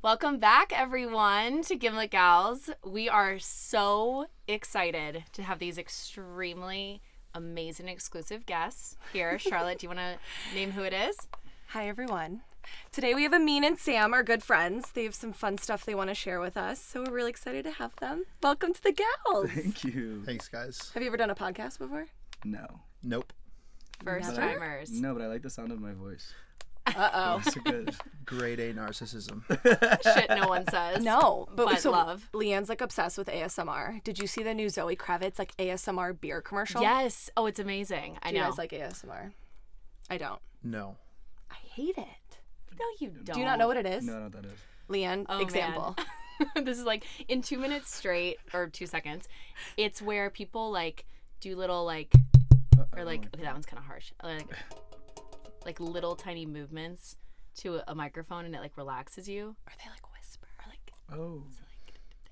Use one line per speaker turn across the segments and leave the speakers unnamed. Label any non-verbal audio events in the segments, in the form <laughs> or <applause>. Welcome back, everyone, to Gimlet Gals. We are so excited to have these extremely amazing exclusive guests
<laughs>
here. Charlotte, do you want to name who it is?
Hi, everyone. Today we have Amin and Sam, our good friends. They have some fun stuff they want to share with us, so we're really excited to have them. Welcome to the <laughs> gals.
Thank you.
Thanks, guys.
Have you ever done a podcast before?
No.
Nope.
First
Never.
timers.
<laughs>
No, but I like the sound of my voice.
Uh
It's so good.
Grade A narcissism.
Shit, no one says.
<laughs> No, but,
But
so
love.
Leanne's like obsessed with ASMR. Did you see the new Zoe Kravitz like ASMR beer commercial?
Yes. Oh, it's amazing. I
Do you
know.
guys like ASMR? I don't.
No.
I hate it.
no, you don't.
Do you not know what it is?
No, I don't know what that is.
Leanne,
Oh, man.
<laughs> example.
<laughs> this is like in two minutes straight or two seconds. It's where people like do little like
Uh,
or
I
like
don't like
okay, that one's kind of harsh. Like like little tiny movements to a microphone and it like relaxes you.
Are they like whisper? Or, like
Oh.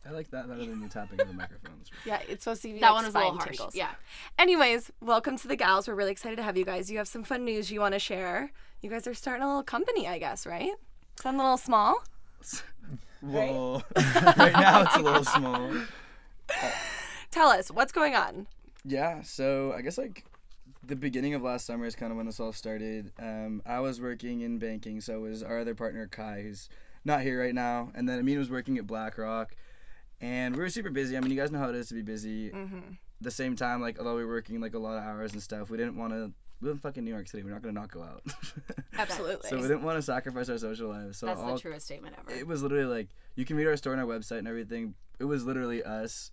I like that better than the tapping of the microphone. That's
yeah, it's supposed to be
That
like,
one was a little
spine
harsh.
tingles.
Yeah.
Anyways, welcome to the gals. We're really excited to have you guys. You have some fun news you want to share. You guys are starting a little company, I guess, right? Something a little small.
Whoa. <laughs> right now it's a little small.
Tell us what's going on.
Yeah, so I guess like the beginning of last summer is kind of when this all started. Um, I was working in banking, so was our other partner Kai, who's not here right now, and then Amin was working at BlackRock, and we were super busy. I mean, you guys know how it is to be busy.
Mm-hmm.
The same time, like although we were working like a lot of hours and stuff, we didn't want to. We live in fucking New York City. We're not gonna not go out. <laughs>
Absolutely.
so we didn't want to sacrifice our social lives. So
That's
all
Oh,
the truest statement ever.
it was literally like you can read our store on our website and everything. It was literally us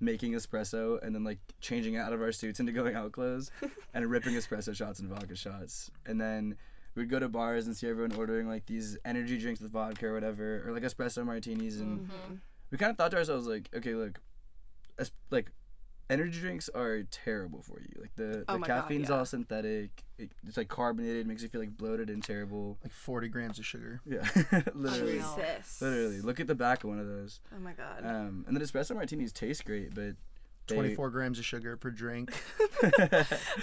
making espresso and then like changing out of our suits into going out clothes
<laughs>
and ripping espresso shots and vodka shots. And then we'd go to bars and see everyone ordering like these energy drinks with vodka or whatever, or like espresso martinis. And
Mm. Mm-hmm.
we kind of thought to ourselves like, okay, look, es- like energy drinks are terrible for you. Like the,
Oh
the
my God,
caffeine's
yeah.
all synthetic. It, it's like carbonated, makes you feel like bloated and terrible.
Like 40 grams of sugar.
Yeah, <laughs> literally.
Unreal.
Literally, look at the back of one of those.
Oh my god.
Um, and the espresso martinis taste great, but they-
24 grams of sugar per drink.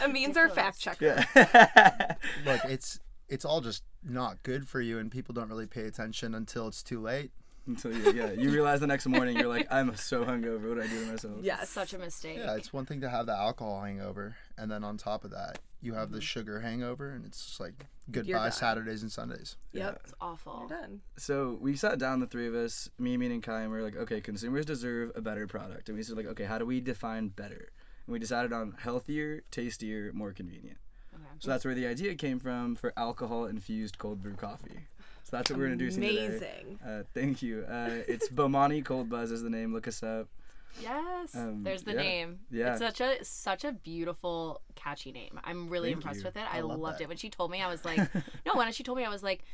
Amin's our fact checker.
<laughs> Yeah.
Look, it's it's all just not good for you, and people don't really pay attention until it's too late.
Until you, yeah, you realize the next morning you're like, I'm so hungover. What do I do to myself?
Yes.
Such a mistake.
Yeah, it's one thing to have the alcohol hangover, and then on top of that, you have the sugar hangover, and it's just like goodbye
done.
Saturdays and Sundays.
Yep.
It's awful.
You're done.
So we sat down, the three of us, me, me, and Kai, and we were like, okay, consumers deserve a better product. And we said like, okay, how do we define better? And we decided on healthier, tastier, more convenient. So that's where the idea came from for alcohol infused cold brew coffee. So that's what we're introducing today.
Amazing.
Uh, thank you. Uh, it's Bomani Cold Buzz is the name. Look us up.
Yes.
Um,
There's the
yeah.
name.
Yeah.
It's such a such a beautiful, catchy name. I'm really
Thank
impressed
you.
with it. I,
love
loved
that.
it. When she told me, I was
<laughs>
like, no. When she told me, I was like,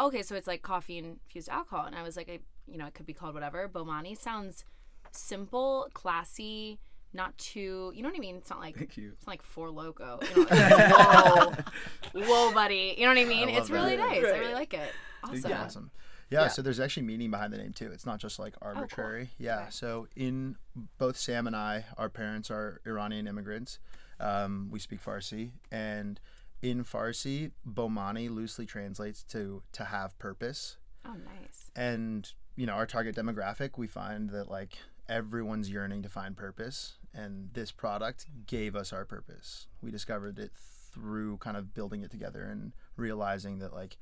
okay, so it's like coffee infused alcohol, and I was like, I, you know, it could be called whatever. Bomani sounds simple, classy, not too. You know what I mean? It's not like
Thank you.
it's not like four loco. You know,
<laughs>
like, whoa, whoa, buddy. You know what I mean?
love
it's really
that.
nice. I
Right.
really like it. Awesome.
Yeah.
Awesome. Yeah, Oh, so there's actually meaning behind the name too. It's not just like arbitrary. Yeah. So in both Sam and I, our parents are Iranian immigrants. Um, we speak Farsi, and in Farsi, Bomani loosely translates to to have purpose.
Oh, nice.
And you know, our target demographic, we find that like everyone's yearning to find purpose, and this product gave us our purpose. We discovered it through kind of building it together and realizing that like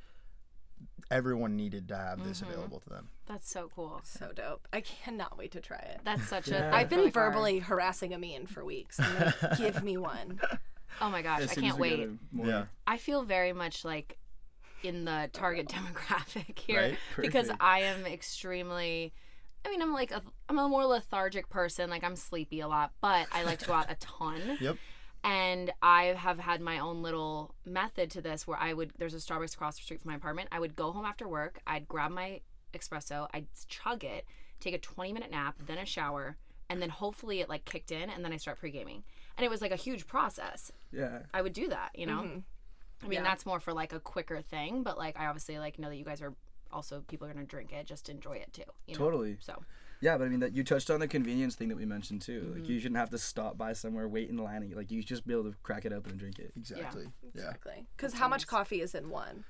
everyone needed to have this available to them.
That's so cool.
So dope. I cannot wait to try it.
That's such a.
Yeah.
that's
I've been
really hard.
verbally harassing Amin for weeks. I'm
<laughs>
like, give me one.
Oh my gosh,
As
I
soon
can't
as we get
wait.
a more-
Yeah.
I feel very much like in the target <laughs> demographic here
Right?
<laughs> because
Perfect.
I am extremely I mean, I'm like a I'm a more lethargic person, like I'm sleepy a lot, but I like to go out a ton.
<laughs> Yep.
And I have had my own little method to this where I would there's a Starbucks across the street from my apartment. I would go home after work, I'd grab my espresso, I'd chug it, take a 20 minute nap, then a shower, and then hopefully it like kicked in and then I start pre-gaming. And it was like a huge process.
Yeah.
I would do that, you know? I mean,
Mm-hmm. Yeah.
that's more for like a quicker thing, but like I obviously like know that you guys are also people are going to drink it, just enjoy it too, you know?
Totally.
So,
Yeah, but I mean that you touched on the convenience thing that we mentioned too. Like
Mm-hmm.
you shouldn't have to stop by somewhere, wait in line, and, like you should just be able to crack it open and drink it.
Exactly. Yeah.
Exactly. Because how much coffee is in one?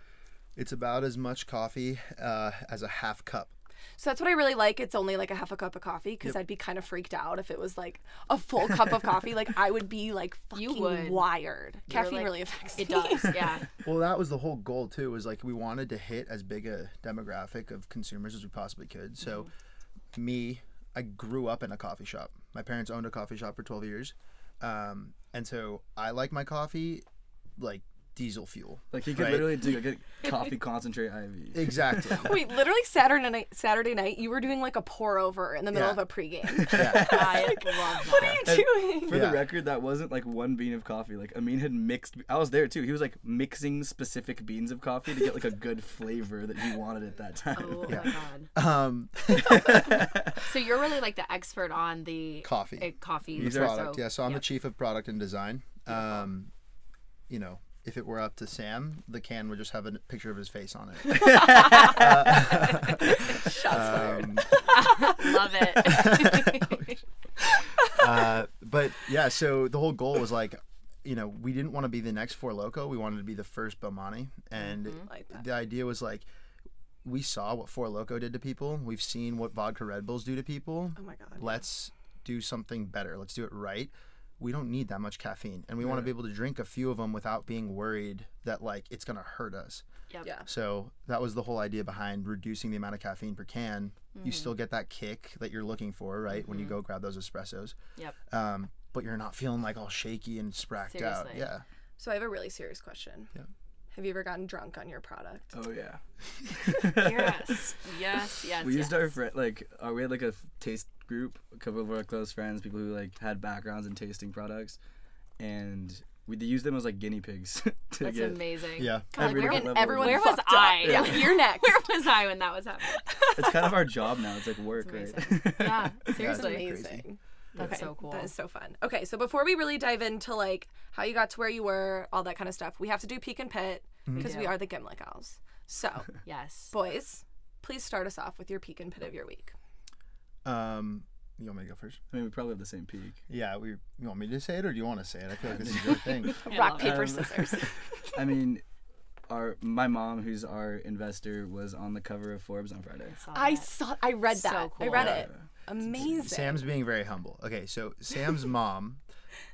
It's about as much coffee uh, as a half cup.
So that's what I really like. It's only like a half a cup of coffee because I'd be kind of freaked out if it was like a full cup of coffee. Like I would be like
<laughs>
fucking
You would.
wired. Caffeine
like-
really affects
It
me.
does, yeah.
Well, that was the whole goal too. Was like we wanted to hit as big a demographic of consumers as we possibly could. So, me, I grew up in a coffee shop. My parents owned a coffee shop for twelve years, um, and so I like my coffee like diesel fuel.
Like he could
Right.
literally do like
<laughs>
a coffee concentrate IV.
<laughs>
<laughs>
Exactly.
<laughs> Wait, literally Saturday night, Saturday night, you were doing like a pour over in the middle
Yeah.
of a pregame.
yeah.
I love that.
what are you doing?
For
Yeah.
the record, that wasn't like one bean of coffee. Like Amin had mixed. I was there too. He was like mixing specific beans of coffee to get like
<laughs>
a good flavor that he wanted at that time.
Oh my god.
Um,
So you're really like the expert on the
Coffee.
eh, coffee
the
espresso.
product. Yeah, so I'm the chief of product and design. Um, you know, if it were up to Sam, the can would just have a picture of his face on it. Um,
Love
<laughs>
it.
uh, but yeah, so the whole goal was like, you know, we didn't want to be the next Four Loco. We wanted to be the first Bomani, and
<laughs> Like that.
the idea was like, we saw what Four Loco did to people. We've seen what vodka Red Bulls do to people.
Oh my god.
let's do something better. Let's do it right. We don't need that much caffeine, and we want to be able to drink a few of them without being worried that like it's gonna hurt us.
Yep.
Yeah.
So that was the whole idea behind reducing the amount of caffeine per can. You
Mm.
still get that kick that you're looking for, right? When you go grab those espressos,
Mm-hmm. Yep.
um, but you're not feeling like all shaky and spracked out.
Seriously.
Yeah.
So I have a really serious question.
Yeah.
Have you ever gotten drunk on your product?
<laughs> Oh yeah.
Yes. Yes. Yes.
we
yes.
used our friend like uh, we had like a f- taste group a couple of our close friends people who like had backgrounds in tasting products and we they used them as like guinea pigs <laughs> to
That's
get
amazing.
Yeah.
God,
Every
where, was-
different level of
Everyone
where
guinea-
was
fucked up.
I? <laughs>
Yeah. You're next.
where was I when that was happening?
it's kind of our job
<laughs>
now it's like work right
Yeah.
That's
Seriously.
crazy.
Amazing.
That's
Okay,
so cool.
That is so fun. Okay, so before we really dive into like how you got to where you were, all that kind of stuff, we have to do peek and pit because we
do.
are the Gimlet Owls. So, <laughs>
yes.
boys, please start us off with your peek and pit of your week.
Um, you want me to go first?
<laughs> i mean we probably have the same peak
Yeah. We. You want me to say it, or do you want to say it? I feel like this
<laughs>
is your thing.
I
Rock,
love it.
paper,
Um,
scissors.
<laughs> i mean our my mom who's our investor was on the cover of forbes on friday Uh,
Saw
Oh, I
that.
saw. I read
So
that. I
cool.
read
Yeah.
it. Amazing.
Sam's being very humble. Okay, so Sam's mom,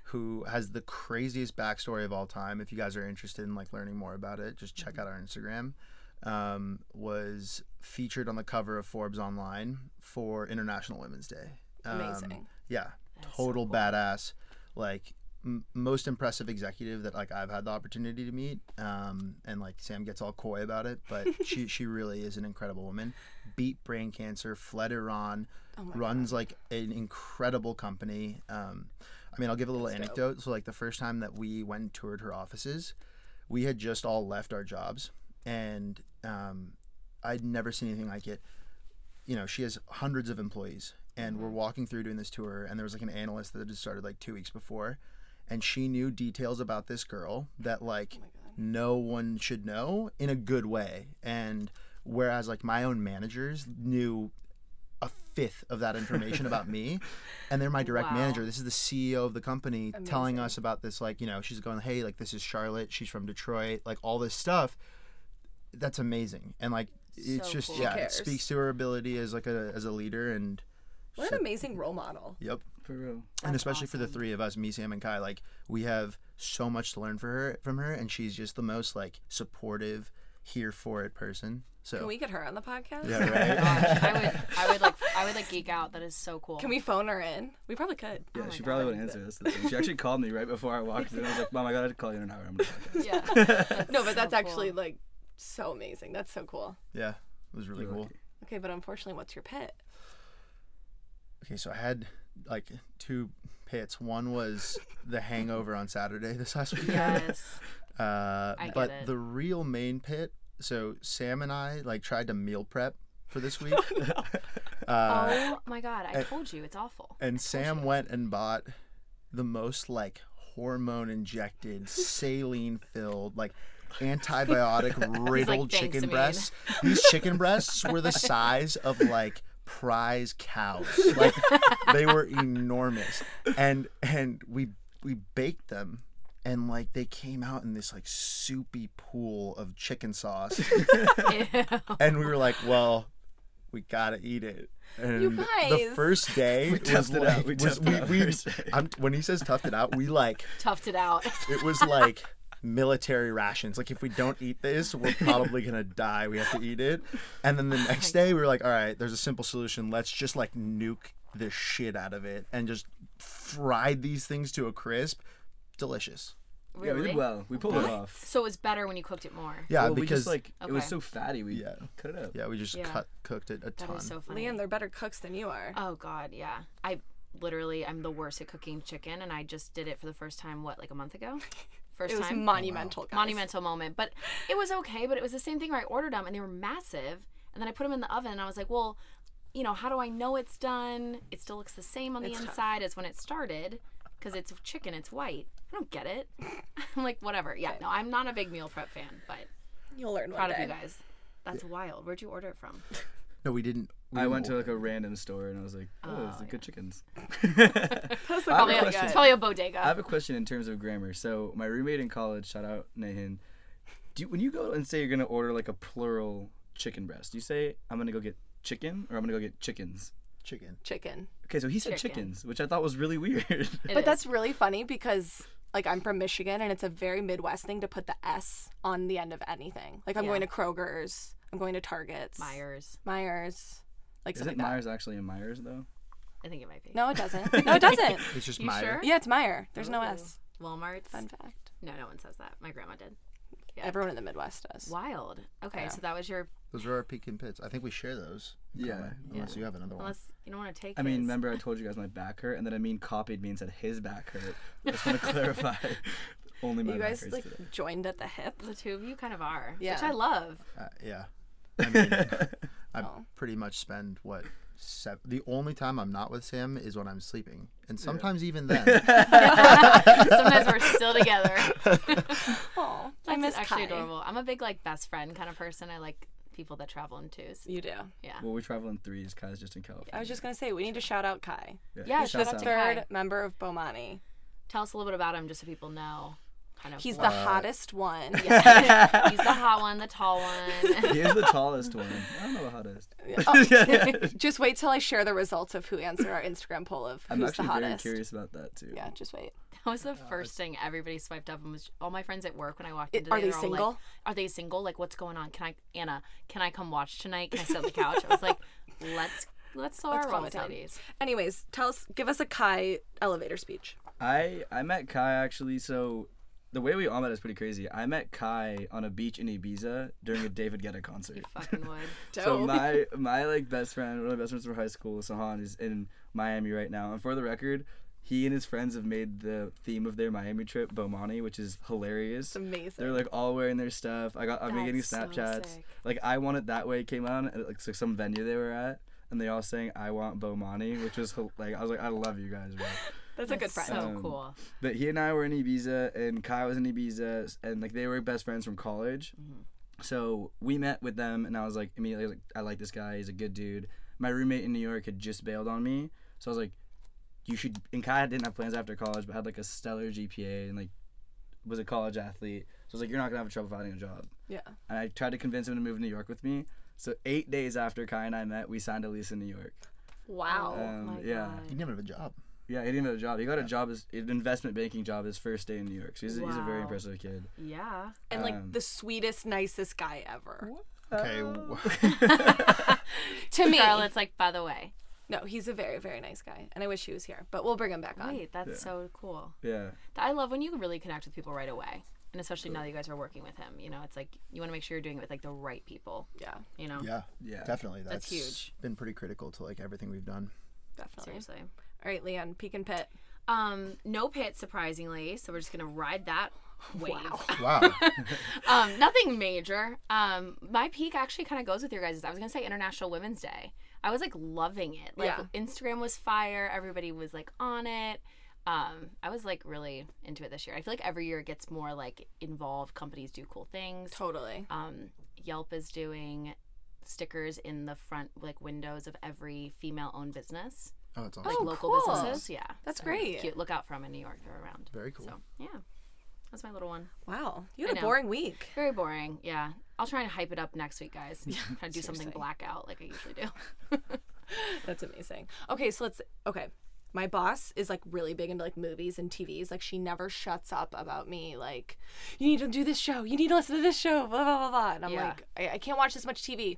who has the craziest backstory of all time, if you guys are interested in like learning more about it, just check out our Instagram. Um, was featured on the cover of Forbes Online for International Women's Day. Um,
Amazing.
Yeah, total badass. Like m- most impressive executive that like I've had the opportunity to meet. Um, and like Sam gets all coy about it, but she she really is an incredible woman. Beat brain cancer, fled Iran,
Oh
runs like an incredible company. Um, I mean, I'll give a little anecdote. So like the first time that we went and toured her offices, we had just all left our jobs, and um, I'd never seen anything like it you know, she has hundreds of employees, and we're walking through doing this tour, and there was like an analyst that had just started like two weeks before, and she knew details about this girl
Oh
that like no one should know in a good way, and whereas like my own managers knew a fifth of that information about
<laughs>
me, and they're my direct
Wow.
manager. This is the CEO of the company telling us about this like you know she's going hey like this is Charlotte, she's from Detroit, like all this stuff. That's amazing, and like. It's
So
just
cool.
yeah, it
cares.
speaks to her ability as like a as a leader and
What an amazing role model.
yep.
for real
and especially for the three of us, me, Sam, and Kai, like we have so much to learn for her from her, and she's just the most like supportive, here for it person. So
Can we get her on the
<laughs>
podcast?
yeah, right.
Gosh, I would, I would like, I would like geek out. That is so cool.
<laughs> Can we phone her in? We probably could.
Oh
yeah, she probably wouldn't answer this. She actually called me right before I walked in. I was like, "Mom, I gotta call you in an hour." I'm gonna podcast."
Yeah. <laughs>
No, but that's
so cool.
actually like so amazing. That's so cool.
<laughs> yeah, it was really
You're
cool.
lucky.
Okay, but unfortunately, what's your pit?
Okay, so I had like two pits. One was
<laughs>
the Hangover on Saturday this last weekend.
Yes.
Uh,
I get
but
it.
the real main pit. So Sam and I like tried to meal prep
<laughs>
for this week. uh,
oh my god! I told you it's awful. <laughs>
And Sam went and bought the most like hormone injected, saline filled, like antibiotic riddled
"Thanks,
chicken
Amin."
breasts. These chicken breasts were the size of like prize cows. Like they were enormous. And and we we baked them and like they came out in this like soupy pool of chicken sauce, and we were like, well, we gotta eat it. And the
guys.
first day we was
toughed it
like,
out. We
was,
toughed it out first day.
I'm, when he says toughed it out, we like
Toughed it out.
it was like military rations. Like if we don't eat this, we're probably gonna die. We have to eat it.
<laughs>
And then the
Oh
next day we were like, all right, there's a simple solution. Let's just like nuke the shit out of it and just fried these things to a crisp. Delicious.
Really?
Yeah, we did well. We pulled it off.
So it was better when you cooked it more.
Yeah,
well, we
because
just like it was
Okay.
so fatty. We
Yeah.
cut it up.
yeah, we just
Yeah.
cut cooked it a
That
ton.
is so funny.
Liam, they're better cooks than you are.
Oh God, yeah. I literally I'm the worst at cooking chicken, and I just did it for the first time. What, like a month <laughs> ago? First
it was
time.
monumental, guys.
Monumental moment, but it was okay. But it was the same thing where I ordered them, and they were massive, and then I put them in the oven, and I was like, well. You know, how do I know it's done? It still looks the same on the inside as when it started because it's chicken, it's white. I don't get it. <laughs> I'm like, whatever. Yeah, no, I'm not a big meal prep fan, but
You'll learn one
proud of
day.
you guys. That's wild. Where'd you order it from?
no, we didn't. We
I
didn't
went to
order-
like a random store and I was like, oh, there's some good chickens.
Uh,
Those look
I have a
really
Probably a,
question.
good.
probably a bodega.
I have a question in terms of grammar. So my roommate in college, shout out Nahin, do you, when you go and say you're gonna order like a plural chicken breast, do you say I'm gonna go get chicken or I'm gonna go get chickens?
chicken.
chicken.
Okay, so he said
Chicken.
chickens, which I thought was really <laughs> weird.
It
But
is.
that's really funny because like I'm from Michigan and it's a very Midwest thing to put the S on the end of anything. Like I'm
Yeah.
going to Kroger's, I'm going to Target's,
Myers.
Myers, like
Isn't
something like
Myers actually in Myers though?
I think it might be.
that. No, it doesn't. No,
<laughs>
it doesn't.
It's just
You
my
sure?
Yeah, it's Meyer. There's no
Ooh.
S.
Walmart's.
Fun fact.
No, no one says that. My grandma did. Yeah.
Everyone in the Midwest does.
Wild. Okay,
Yeah.
so that was your.
Those are our pecan pits. I think we share those. in
Yeah,
common, Unless you have another one.
Unless you don't want to take.
I mean,
his.
remember I told you guys my back hurt, and then I mean copied me and said his back hurt. I just
<laughs>
want to clarify. Only my
You
back
guys
hurts
like
today.
joined at the hip.
the two of you kind of are. Which
Yeah.
I love.
Uh, yeah. I
<laughs>
mean, I
Oh.
pretty much spend what seven. The only time I'm not with Sam is when I'm sleeping, and sometimes even then.
Sometimes we're still
<laughs>
together.
Oh, I
That's
miss
actually
Kai.
adorable. I'm a big like best friend kind of person. I like people that travel in twos.
You do.
Yeah.
Well, we travel in threes. Kai's just in California.
I was just gonna say we need to shout out Kai,
Yeah,
shout
shout out to
out.
third
Kai.
member of Bomani.
Tell us a little bit about him, just so people know. Kind of.
He's
what-
the hottest one.
Yeah.
<laughs>
He's the hot one, the tall one.
<laughs> He is the tallest one. I don't know
<laughs>
the hottest.
Oh,
<laughs>
Just wait till I share the results of who answered our Instagram poll of
I'm
who's the
actually very
hottest.
curious about that too.
Yeah, just wait.
That was the first thing everybody swiped up and was all my friends at work when I walked
I-
in today.
are they
they're all like,
single?
are they single? Like what's going on? Can I Anna, can I come watch tonight? Can I sit on the couch? I was like, let's let's slow our
calm
rolls,
it down.
ladies.
Anyways, tell us, give us a Kai elevator speech.
I I met Kai actually. So the way we all met is pretty crazy. I met Kai on a beach in Ibiza during a David
<laughs>
Guetta concert.
Fucking would.
So my my like best friend, one of my best friends from high school, Sahan, is in Miami right now. And for the record, he and his friends have made the theme of their Miami trip Bomani, which is hilarious.
amazing.
They're like all wearing their stuff. I got I've been getting
That's so
Snapchats.
sick.
like I want it that way came on at like so some venue they were at. And they all sang "I Want Bomani," which was hil- like I was like, "I love you guys." Bro.
That's a good friend.
So
Um,
cool.
But he and I were in Ibiza, and Kai was in Ibiza, and like they were best friends from college. So we met with them, and I was like immediately like I like this guy. He's a good dude. My roommate in New York had just bailed on me, so I was like, "You should." And Kai didn't have plans after college, but had like a stellar GPA and like was a college athlete. So I was like, "You're not gonna have trouble finding a job."
yeah.
And I tried to convince him to move to New York with me. So eight days after Kai and I met, we signed a lease in New York.
Wow.
um,
Oh my
yeah.
you
God.
never have a job.
Yeah, he didn't have a job. He got a job as an investment banking job his first day in New York. So he's, a he's a very
Wow.
impressive kid. <laughs>
Yeah.
and like
um,
the sweetest, nicest guy ever.
Okay. w-
<laughs>
To me.
Charlotte's like, by the way.
No, he's a very, very nice guy. And I wish he was here, but we'll bring him back on.
Wait, that's so cool.
Yeah.
I love when you really connect with people right away. And especially now that you guys are working with him. You know, it's like you want to make sure you're doing it with like the right people.
Yeah,
You know?
Yeah.
Yeah.
Definitely.
That's huge.
Been pretty critical to like everything
<laughs>
we've done.
definitely.
Seriously.
All right, Leon, Peek and Pit.
Um, no pit, surprisingly. So we're just gonna ride that wave.
Wow.
um, nothing major. Um, my peak actually kind of goes with your guys. I was gonna say International Women's Day. I was like loving it. Like
Yeah.
Instagram was fire. Everybody was like on it. Um, I was like really into it this year. I feel like every year it gets more like involved. Companies do cool things.
Totally.
Um, Yelp is doing stickers in the front like windows of every female-owned business,
oh,
<laughs>
it's
like
awesome.
local
cool.
businesses. Yeah,
That's
So it's
great.
Cute. Look out for them in New York. They're around.
Very cool.
So yeah, That's my little one.
Wow. You
I
had a
know.
boring week.
Very boring. Yeah. I'll try and hype it up next week, guys. <laughs> Try to do something
seriously.
blackout like I usually
<laughs>
do.
That's amazing. Okay, so let's. Okay. My boss is like really big into like movies and TVs. Like she never shuts up about me. Like, you need to do this show. You need to listen to this show. Blah blah blah blah. And I'm
Yeah.
like, I, I can't watch this much TV.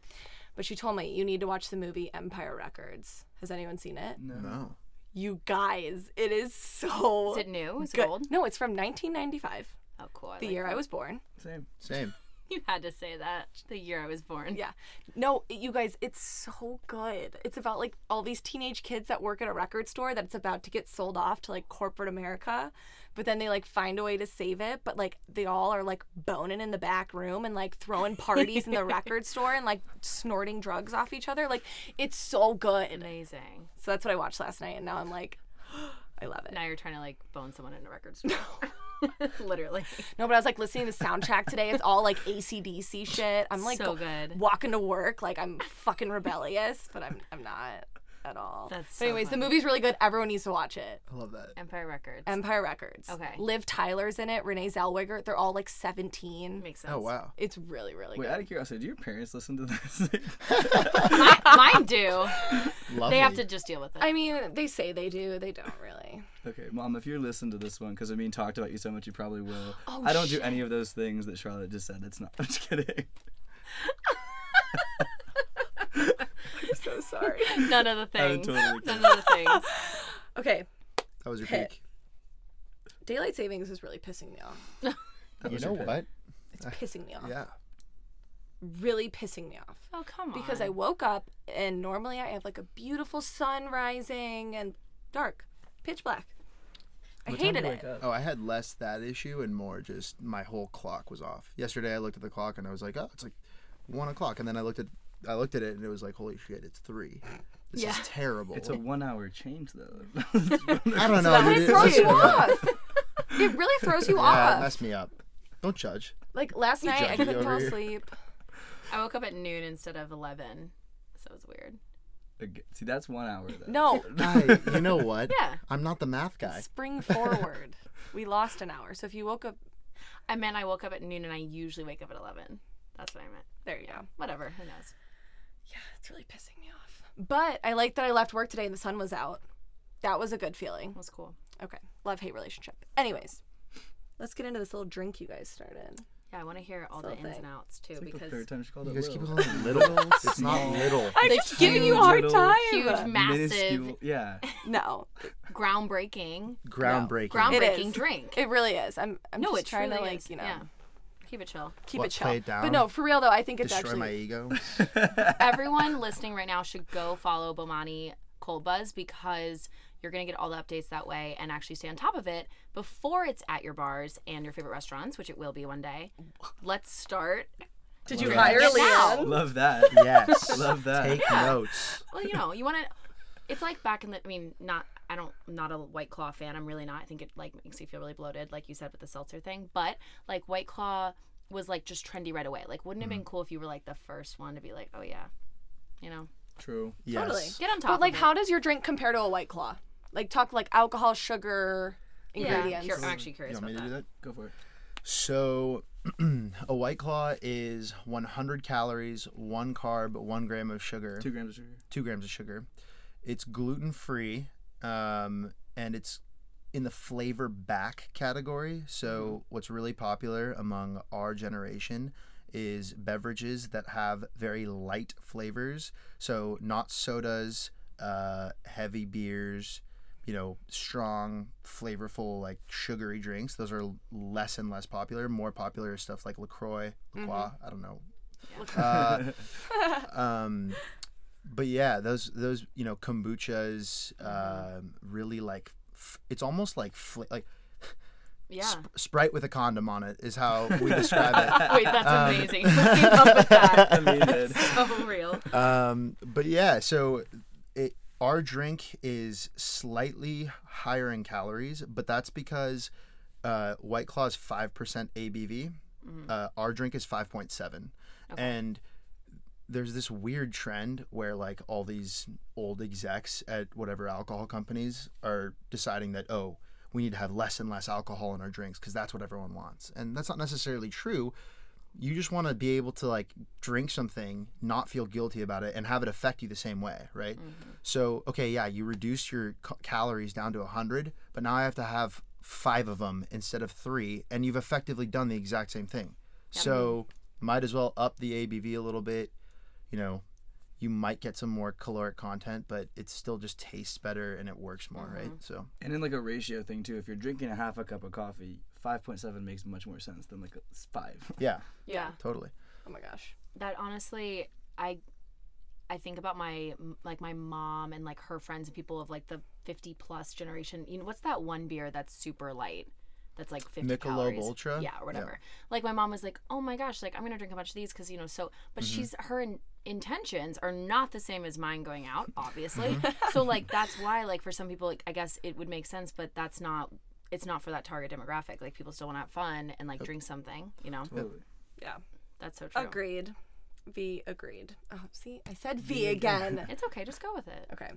But she told me you need to watch the movie Empire Records. Has anyone seen it?
No.
You guys, it is so
Is it new? Is it
good.
old?
No, it's from 1995,
Oh, cool. I
the
like
year
that.
I was born.
Same.
Same.
<laughs> You had to say that. The year I was born.
Yeah. No, you guys, it's so good. It's about like all these teenage kids that work at a record store that's about to get sold off to like corporate America, but then they like find a way to save it, but like they all are like boning in the back room and like throwing parties in the record store and like snorting drugs off each other. Like it's so good.
Amazing.
So that's what I watched last night and now I'm like <gasps> I love it.
Now you're trying to like bone someone in a record
<laughs>
store. Literally.
No, but I was like listening to the soundtrack today. It's all like ACDC shit. I'm like
So
go-
good.
walking to work like I'm fucking rebellious, but I'm I'm not at all.
That's
but
so
anyways,
funny.
the movie's really good. Everyone needs to watch it.
I love that.
Empire Records.
Empire Records.
Okay.
Liv Tyler's in it. Renee Zellweger. They're all like 17.
Makes sense.
Oh wow.
It's really really
Wait,
good.
out of curiosity, do your parents listen to this? <laughs>
Mi- Mine do.
Lovely.
They have to just deal with it.
I mean, they say they do. They don't really.
okay, mom, if you're listening to this one, because I mean, talked about you so much, you probably will.
Oh,
I don't do any of those things that Charlotte just said. That's not. <laughs> I'm just kidding.
<laughs> I'm so sorry.
None of the
I'm
things.
totally kidding.
<laughs> None of the things.
<laughs> okay.
That was your
Hit.
peak.
Daylight savings is really pissing me off.
That
You
was
know
your pick.
what?
It's pissing me off.
Yeah.
Really pissing me off.
Oh come on.
because I woke up and normally I have like a beautiful sun rising and dark, pitch black. I hated it.
Oh, I had less that issue and more just my whole clock was off. Yesterday I looked at the clock and I was like, oh, it's like one o'clock, and then I looked at I looked at it and it was like, holy shit, it's three. This
Yeah.
is terrible.
It's a one-hour change, though.
<laughs>
<laughs>
I don't know.
But
dude,
it
it
throws
messed
you
me <laughs> up.
off. It really <laughs> throws you
Yeah, it
off.
messed me up.
<laughs>
Don't judge.
Like last night, I
judgy
couldn't
over
fall
here.
asleep.
I woke up at noon instead of eleven. So it was weird.
Okay, See, that's one hour though.
No, <laughs>
I, you know what?
Yeah.
I'm not the math guy.
spring forward. We lost an hour. So if you woke up,
I meant I woke up at noon and I usually wake up at eleven. That's what I meant.
there you go.
Whatever. Who knows?
Yeah, it's really pissing me off. But I like that I left work today and the sun was out. That was a good feeling.
It was cool.
Okay, love hate relationship. Anyways, let's get into this little drink you guys started.
Yeah, I want to hear all the
Still
ins
thing.
and outs too
It's like the
because
third time she called
You
it
guys
<laughs>
keep
Will.
calling it little. it's not
<laughs>
little.
I'm
The
just giving you a
huge
hard
little-
time.
huge, massive,
Minuscule. Yeah.
No,
groundbreaking,
It
Groundbreaking.
is.
groundbreaking drink.
it really is. I'm, I'm
no,
just
it's
trying to
truly
like
is.
you know
Yeah. Keep it chill.
keep
What,
it chill.
play it
But
down?
no, for real though, I think it's
Destroy
actually
<laughs>
my ego.
Everyone <laughs> listening right now should go follow Bomani Cold Buzz because you're going to get all the updates that way and actually stay on top of it before it's at your bars and your favorite restaurants, which it will be one
<laughs>
day. Let's start.
Did you
Love
hire
that.
Leanne?
Love that.
Yes.
Love that.
Take notes.
Well, you know, you want to. It's like back in the. I mean, not. I don't. I'm not a White Claw fan. I'm really not. I think it like makes you feel really bloated, like you said with the seltzer thing. But like White Claw was like just trendy right away. Like, wouldn't it have
Mm.
been cool if you were like the first one to be like, oh yeah, you know,
True.
Yes.
Totally.
get on top.
But like,
of it.
how does your drink compare to a White Claw? Like talk like alcohol, sugar,
Yeah,
ingredients.
cur- I'm actually
You
curious
want
about
me to
that.
do that?
Go for it.
So, <clears throat> a White Claw is 100 calories, one carb, one gram of sugar,
Two grams of sugar.
two grams of sugar. It's gluten free, um, and it's in the flavor back category. So, what's really popular among our generation is beverages that have very light flavors. So, not sodas, uh, heavy beers, you know, strong, flavorful, like sugary drinks. Those are l- less and less popular. More popular is stuff like LaCroix, LaCroix, I don't know. Uh,
<laughs>
um, but yeah, those those you know kombuchas um, really like f- it's almost like fl- like
Yeah.
sp- Sprite with a condom on it is how we describe
<laughs> Wait, that's
Um,
amazing. <laughs> Who came up with
<laughs>
that? <laughs>
I mean, it.
So real.
it. Um, but yeah, so it, our drink is slightly higher in calories, but that's because uh, White Claw is five percent ABV.
Mm-hmm.
Uh, our drink is five point seven, and there's this weird trend where like all these old execs at whatever alcohol companies are deciding that oh we need to have less and less alcohol in our drinks because that's what everyone wants. And that's not necessarily true. You just want to be able to like drink something, not feel guilty about it, and have it affect you the same way, right? So, okay, yeah, you reduce your ca- calories down to 100, but now I have to have five of them instead of three, and you've effectively done the exact same thing. So, might as well up the ABV a little bit. You know, you might get some more caloric content, but it still just tastes better and it works more, right? So,
And in like a ratio thing too, if you're drinking a half a cup of coffee, 5.7 makes much more sense than like a s- 5.
yeah,
Yeah.
totally.
Oh my gosh.
that honestly i i think about my like my mom and like her friends and people of like the 50 plus generation you know what's that one beer that's super light that's like 50
Michelob
calories
Ultra?
yeah or
Yeah.
whatever like my mom was like oh my gosh like i'm gonna drink a bunch of these because you know so but
Mm-hmm.
she's her in- intentions are not the same as mine going out obviously
Mm-hmm.
<laughs> so like that's why like for some people like i guess it would make sense but that's not it's not for that target demographic like people still want to have fun and like drink something you know
Totally.
Yeah.
that's so true
Agreed. V agreed. Oh, see, I said V again.
it's okay just go with it
Okay.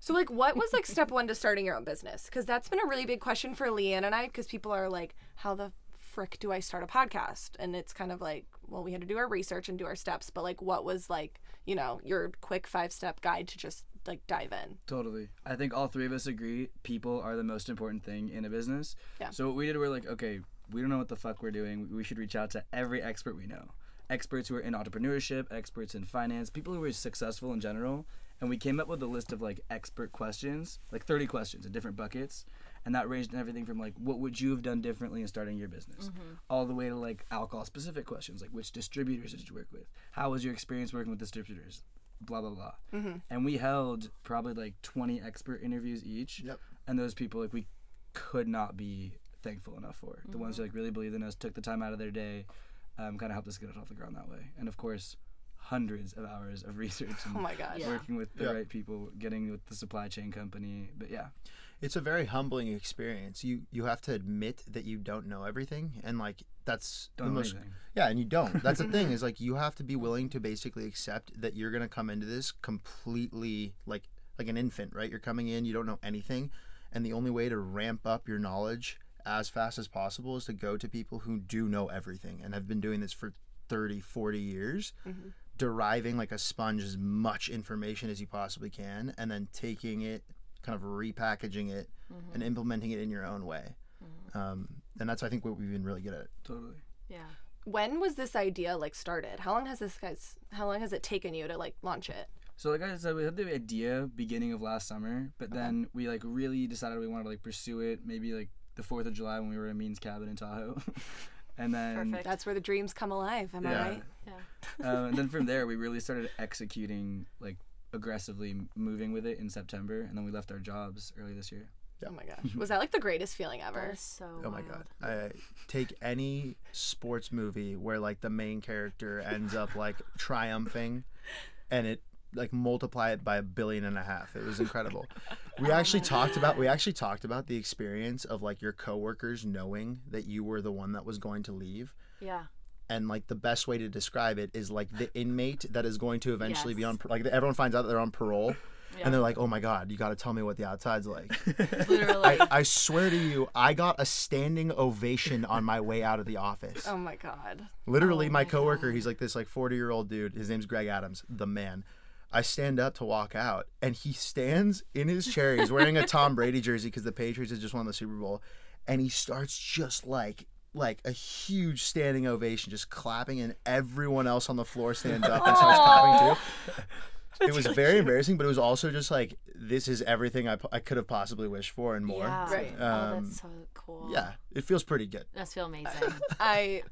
So like what was like step 1 to starting your own business? Cuz that's been a really big question for Leanne and I cuz people are like how the frick do I start a podcast? And it's kind of like well we had to do our research and do our steps, but like what was like, you know, your quick five-step guide to just like dive in?
Totally. I think all three of us agree people are the most important thing in a business.
Yeah.
So what we did, we we're like, okay, we don't know what the fuck we're doing. We should reach out to every expert we know. Experts who are in entrepreneurship, experts in finance, people who are successful in general. And we came up with a list of like expert questions, like 30 questions in different buckets. And that ranged in everything from like, what would you have done differently in starting your business? All the way to like alcohol specific questions, like which distributors did you work with? How was your experience working with distributors? Blah, blah, blah
Mm-hmm.
and we held probably like 20 expert interviews each
Yep.
and those people like we could not be thankful enough for the ones who
Mm-hmm.
like really believed in us took the time out of their day um, kind of helped us get it off the ground that way and of course hundreds of hours of <laughs> research and
Oh my gosh.
Yeah.
working with the
Yeah.
right people getting with the supply chain company but yeah
It's a very humbling experience. You you have to admit that you don't know everything and like that's
don't
the
know
most
anything.
Yeah, and you don't. That's the thing is like you have to be willing to basically accept that you're gonna come into this completely like like an infant, right? You're coming in, you don't know anything, and the only way to ramp up your knowledge as fast as possible is to go to people who do know everything and have been doing this for 30, 40 years, deriving like a sponge as much information as you possibly can, and then taking it, kind of repackaging it, and implementing it in your own way. Um, and that's, I think, what we've been really good at.
totally
Yeah.
When was this idea like started? How long has this guys how long has it taken you to like launch it?
So like I said, we had the idea beginning of last summer, but then we like really decided we wanted to like pursue it maybe like the Fourth of July when we were in Means Cabin in Tahoe, <laughs> and then
Perfect.
That's where the dreams come alive, am I
Yeah.
right?
Yeah.
<laughs> um, and then from there we really
<laughs>
started executing like aggressively m- moving with it in September, and then we left our jobs early this year.
Oh my gosh. Was that like the greatest feeling ever?
That is so.
Oh my god! I take any sports movie where like the main character ends up like triumphing, and it like multiply it by a billion and a half. It was incredible.
Oh
We actually talked about we actually talked about the experience of like your coworkers knowing that you were the one that was going to leave.
Yeah.
And like the best way to describe it is like the inmate that is going to eventually be
Yes.
on like everyone finds out that they're on parole,
<laughs> Yeah.
and they're like, "Oh my god, you got to tell me what the outside's like."
Literally.
I swear to you, I got a standing ovation on my way out of the office.
Oh my god.
Literally, my coworker, he's like this like 40 year old dude. His name's Greg Adams, the man. I stand up to walk out, and he stands in his chair. He's wearing a Tom Brady jersey because the Patriots had just won the Super Bowl, and he starts just like like a huge standing ovation, just clapping, and everyone else on the floor stands up and starts clapping too it was very embarrassing, but it was also just like this is everything I, po- I could have possibly wished for and more.
Yeah.
Right.
oh,
Um,
that's so cool.
Yeah, it feels pretty good.
That's
<laughs>
feel amazing.
I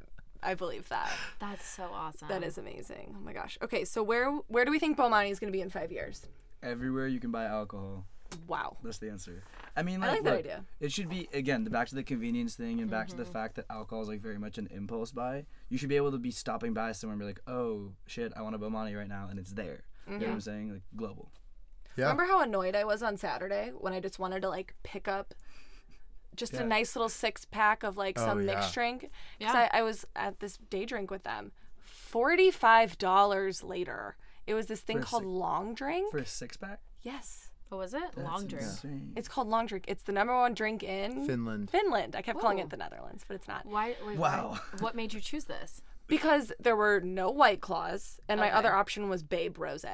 I believe that.
that's so awesome.
Um,
That is amazing. Oh my gosh. Okay, so where where do we think Bomani is going to be in 5 years?
Everywhere you can buy alcohol,
Wow.
that's the answer. I mean,
I
like,
like that
look,
idea. Mm-hmm.
It should be again the back to the convenience thing and back to the fact that alcohol is like very much an impulse buy. You should be able to be stopping by somewhere and be like, oh shit, I want a Bomani right now, and it's there. You
Mm-hmm.
know what I'm saying? Like global.
Yeah.
Remember how annoyed I was on Saturday when I just wanted to like pick up just a nice little six pack of like some
Oh, yeah.
mixed drink? Because
Yeah.
I, I was at this day drink with them. $45 later. It was this thing
a
called
six-
long drink.
For a six pack.
yes.
What was it? Long drink.
insane.
It's called long drink. It's the number one drink in
Finland.
Finland. I kept calling
Oh.
Ooh.
it the Netherlands, but it's not.
Why? Wait,
Wow.
Why, what made you choose this?
Because there were no white claws, and my
Okay.
other option was Babe Rose,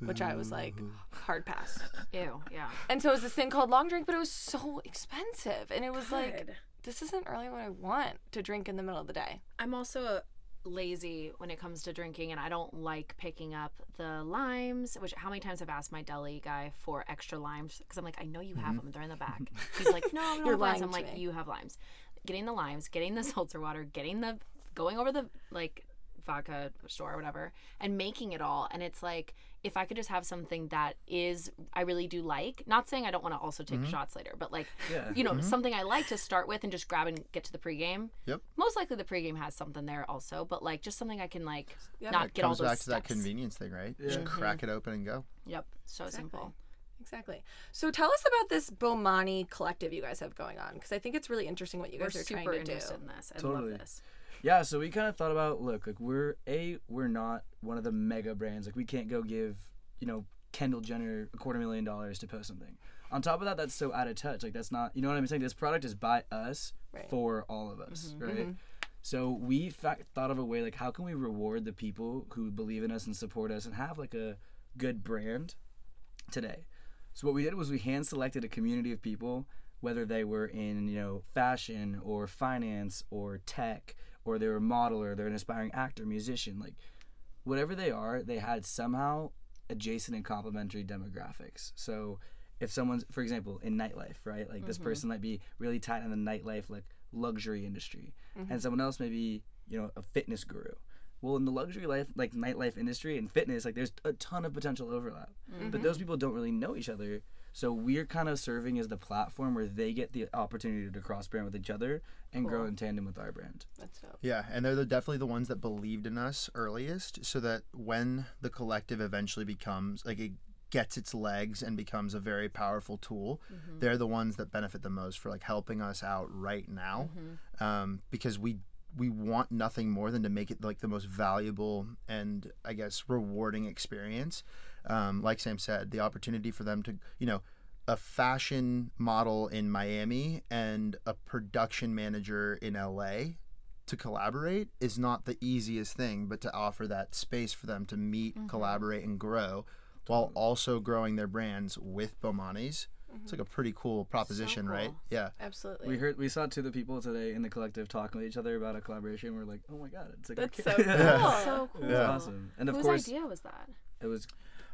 which I was like, hard pass.
Ew. Yeah.
And so it was this thing called long drink, but it was so expensive. And it was like, this isn't really what I want to drink in the middle of the day.
I'm also uh, lazy when it comes to drinking, and I don't like picking up the limes. Which how many times I've asked my deli guy for extra limes because I'm like, I know you have them; they're in the
<laughs>
back. He's like, No, I don't
Mm-hmm. You're
have limes.
lying
I'm
to
like,
me.
You have limes. Getting the limes, getting the <laughs> seltzer water, getting the going over the like vodka store or whatever, and making it all. And it's like, if I could just have something that is I really do like. Not saying I don't want to also
Mm-hmm.
take shots later, but like,
Yeah.
you know, something I like to start with and just grab and get to the pregame
Yep.
most likely the pregame has something there also, but like just something I can like
Yep.
not
It
get all
comes
those
back to that
steps. Mm-hmm.
convenience thing, right? Just crack it open and go.
Yep, so simple.
Exactly. So tell us about this Bomani collective you guys have going on, because I think it's really interesting what you
We're
guys are
super
trying to do.
interested in this. I
Totally.
love this.
Yeah, so we kind of thought about look, like we're a we're not one of the mega brands. Like we can't go give, you know, Kendall Jenner a quarter million dollars to post something. On top of that, that's so out of touch. Like that's not, you know what I'm saying? This product is by us
Right.
for all of us, right? So we fa- thought of a way like how can we reward the people who believe in us and support us and have like a good brand today. So what we did was we hand selected a community of people, whether they were in you know fashion or finance or tech or they were a model or they're an aspiring actor, musician, like whatever they are, they had somehow adjacent and complementary demographics. So if someone's, for example, in nightlife, right? Like this person might be really tight in the nightlife, like luxury industry, and someone else may be, you know, a fitness guru. Well, in the luxury life, like nightlife industry and fitness, like there's a ton of potential overlap, but those people don't really know each other. So we're kind of serving as the platform where they get the opportunity to cross brand with each other and grow in tandem with our brand.
That's dope.
Yeah, and they're the, definitely the ones that believed in us earliest, so that when the collective eventually becomes like it gets its legs and becomes a very powerful tool,
Mm-hmm.
they're the ones that benefit the most for like helping us out right
Mm-hmm.
now, um, because we we want nothing more than to make it like the most valuable and I guess rewarding experience. Um, like Sam said, the opportunity for them to you know a fashion model in Miami and a production manager in LA to collaborate is not the easiest thing, but to offer that space for them to meet, collaborate, and grow while also growing their brands with Bomani's. It's like a pretty cool proposition, right?
cool.
Yeah.
Absolutely.
We heard we saw two of the people today in the collective talking with each other about a collaboration. We're like, oh my god, it's like
That's
our
so
<laughs> kid."
cool.
So cool.
It was awesome. And of
Whose
course,
idea was that?
it was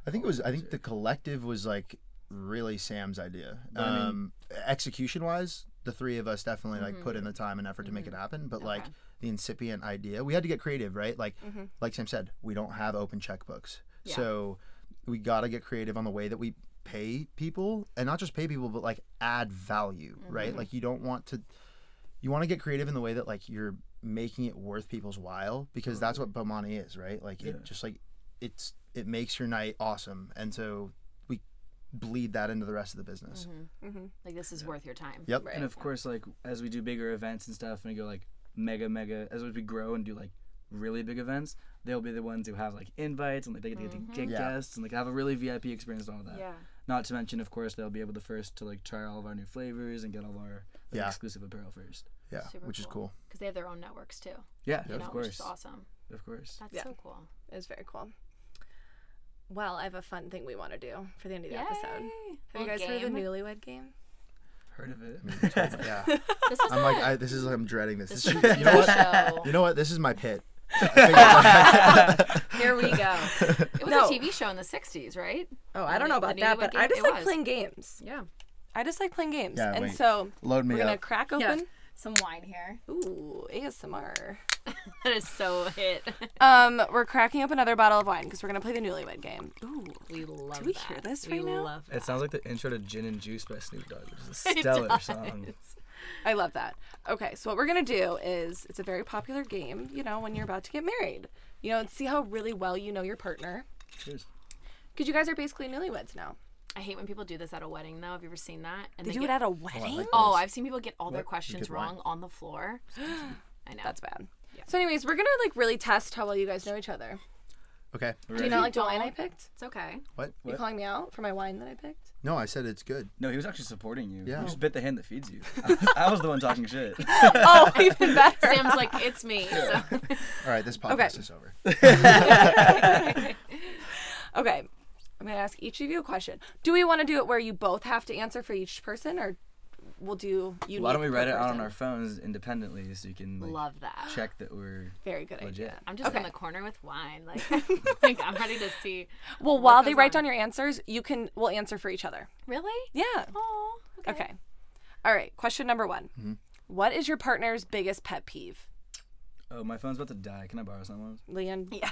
I think it was. I think the collective was like really Sam's idea.
I mean-
Um, execution wise, the three of us definitely like put in the time and effort to make it happen. But like the incipient idea, we had to get creative, right? Like, like Sam said, we don't have open checkbooks,
Yeah.
so we got to get creative on the way that we pay people, and not just pay people, but like add value, right? Like you don't want to you want to get creative in the way that like you're making it worth people's while because that's what Bomani is, right? Like
Yeah.
it just like it's it makes your night awesome, and so we bleed that into the rest of the business.
Mm-hmm.
Like this is worth your time.
Yep.
Right.
and of course like as we do bigger events and stuff and we go like mega mega as we grow and do like really big events they'll be the ones who have like invites and like they get to get
Yeah.
guests and like have a really vip experience and all that
Yeah.
not to mention of course they'll be able to first to like try all of our new flavors and get all of our like,
Yeah.
exclusive apparel first
Yeah,
Super
which is cool.
Because they have their own networks too.
yeah
You
of
know, which
course
is awesome.
of course
That's
Yeah.
so cool.
It was very cool. Well, I have a fun thing we want to do for the end of the episode. Have
Yay!
you
Little
guys heard of
game.
the newlywed game?
heard of it <laughs>
yeah,
This is
<laughs> I'm like
a-
I, this is I'm dreading this.
this
This
is <laughs>
is- <laughs> you know what?
a show.
You know what? This is my pit.
Here we go.
<laughs>
It was
No.
a TV show in the '60s, right?
Oh, I don't
new-
know
the
about
new
that, but
Newlywed
I
Game?
just
It
like
was.
playing games.
Yeah.
I just like playing games.
Yeah,
and
wait.
so
Load me
we're gonna
up.
crack open.
Some wine here. <laughs>
Ooh, ASMR.
That is so hit. <laughs>
Um, we're cracking up another bottle of wine because we're gonna play the newlywed game. Ooh,
We love.
we
that.
hear this
we
right now?
Love
it sounds like the intro to gin and juice by snoop dogg which is a
<laughs>
stellar song
I love that. Okay, so what we're gonna do is it's a very popular game. You know, when you're about to get married, you know, and see how really well you know your partner
Cheers.
because you guys are basically newlyweds now.
I hate when people do this at a wedding, though. Have you ever seen that? And
They do
get,
it at a wedding.
like
Oh, I've seen people get all their
What? You
questions
did what?
wrong on the floor. I know.
That's bad. So, anyways, we're gonna like really test how well you guys know each other.
<laughs> Okay.
Do you
Ready?
not like the
Don't.
wine I picked?
It's okay.
<laughs> What?
You
What?
calling me out for my wine that I
<laughs>
picked?
No, I said it's good.
No, he was actually supporting you.
Yeah.
You just bit the hand that feeds you. <laughs> I was the one talking shit.
oh, <laughs> even better.
Sam's like, it's me. So.
All right, this podcast is over.
Okay. I'm going to ask each of you a question. Do we want to do it where you both have to answer for each person or we'll do you
<laughs> Why don't we write it out on our phones independently so you can like,
Love that.
check that we're
<gasps> Very good idea.
legit?
I'm just
Okay.
in the corner with wine. Like,
<laughs>
<laughs> like, I'm ready to see.
Well, while
What
they
goes
write
on?
down your answers, you can we'll answer for each other.
Really?
Yeah.
Oh, okay.
Okay. All right. Question number one.
Mm-hmm.
What is your partner's biggest pet peeve?
Oh, my phone's about to die. Can I borrow someone's?
Leon.
Yeah.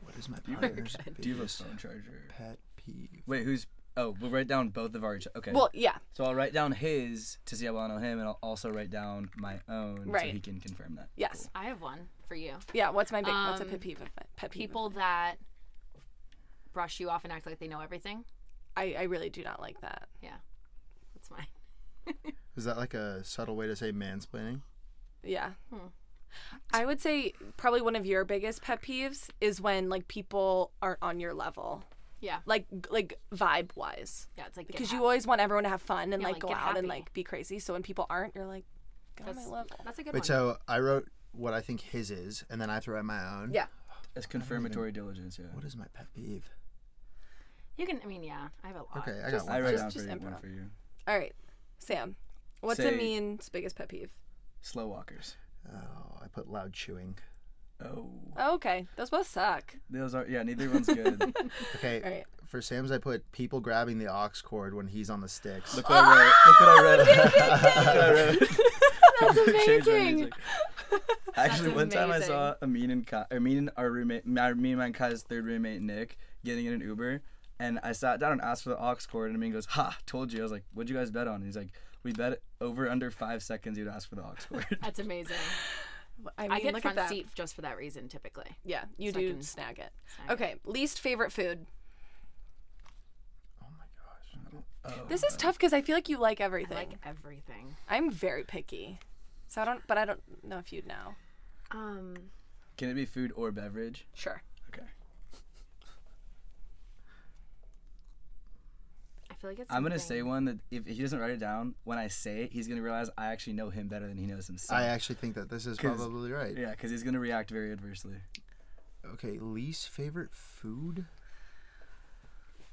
What is my partner's
Do you have a
biggest
phone charger?
pet peeve?
Wait, who's? Oh, we'll write down both of our. Each- okay.
<laughs> Well, yeah.
so I'll write down his to see how well I know him, and I'll also write down my own so
Right.
he can confirm that.
Yes.
I have one for you.
Yeah. What's my big? what's a
Um,
pet peeve? Of my, pet peeve. of-
People that brush you off and act like they know everything.
I, I really do not like that.
That's mine. <laughs>
Is that like a subtle way to say mansplaining?
Yeah.
Hmm.
I would say probably one of your biggest pet peeves is when like people aren't on your level,
Yeah.
like like vibe wise,
Yeah. It's like
because you always want everyone to have fun and
Yeah,
like,
like,
go
get
out and
happy.
like be crazy. So when people aren't, you're like, get on my
That's-
level.
That's a good
Wait,
one.
so I wrote what I think his is, and then I threw out my own.
Yeah.
That's confirmatory diligence. Yeah.
What is my pet peeve?
you can. I mean, yeah. I have a lot.
Okay, I got
Uh, Just-
I
one.
write
Just-
down for
just
you, one
improv.
for you.
All right, Sam, what's
Say-
Amin's biggest pet peeve?
Slow walkers.
Oh, I put loud chewing.
Oh,
Oh, okay, those both suck.
those are yeah. Neither
<laughs>
one's good.
Okay,
All <laughs> right.
for Sam's, I put people grabbing the aux cord when he's on the sticks.
Look what I wrote. Look what
<laughs>
I wrote. Look what I wrote. <laughs> Change my
amazing.
music. Actually,
That's
one time I
amazing.
saw Amin and Kai, Amin and our roommate, my, me and my Kai's third roommate Nick, getting in an Uber, and I sat down and asked for the aux cord, and Amin goes, "Ha, told you." I was like, "What'd you guys bet on?" And he's like, "We bet over under five seconds you'd ask for the aux cord." <laughs>
That's amazing.
<laughs> I, mean,
I get
look
front
at that.
seat just for that reason, typically.
Yeah, you
So I
do
can
snag it.
snag it.
okay, least favorite food.
Oh my gosh.
This is tough because I feel like you like
I
everything.
like everything.
I'm very picky, so I don't. But I don't know if you'd know.
Um,
Can it be food or beverage?
Sure.
Okay.
I feel like it's.
I'm gonna
something-
say one that if he doesn't write it down, when I say it, he's gonna realize I actually know him better than he knows himself.
I actually think that this is
'Cause-
probably right.
yeah, because he's gonna react very adversely.
Okay, least favorite food?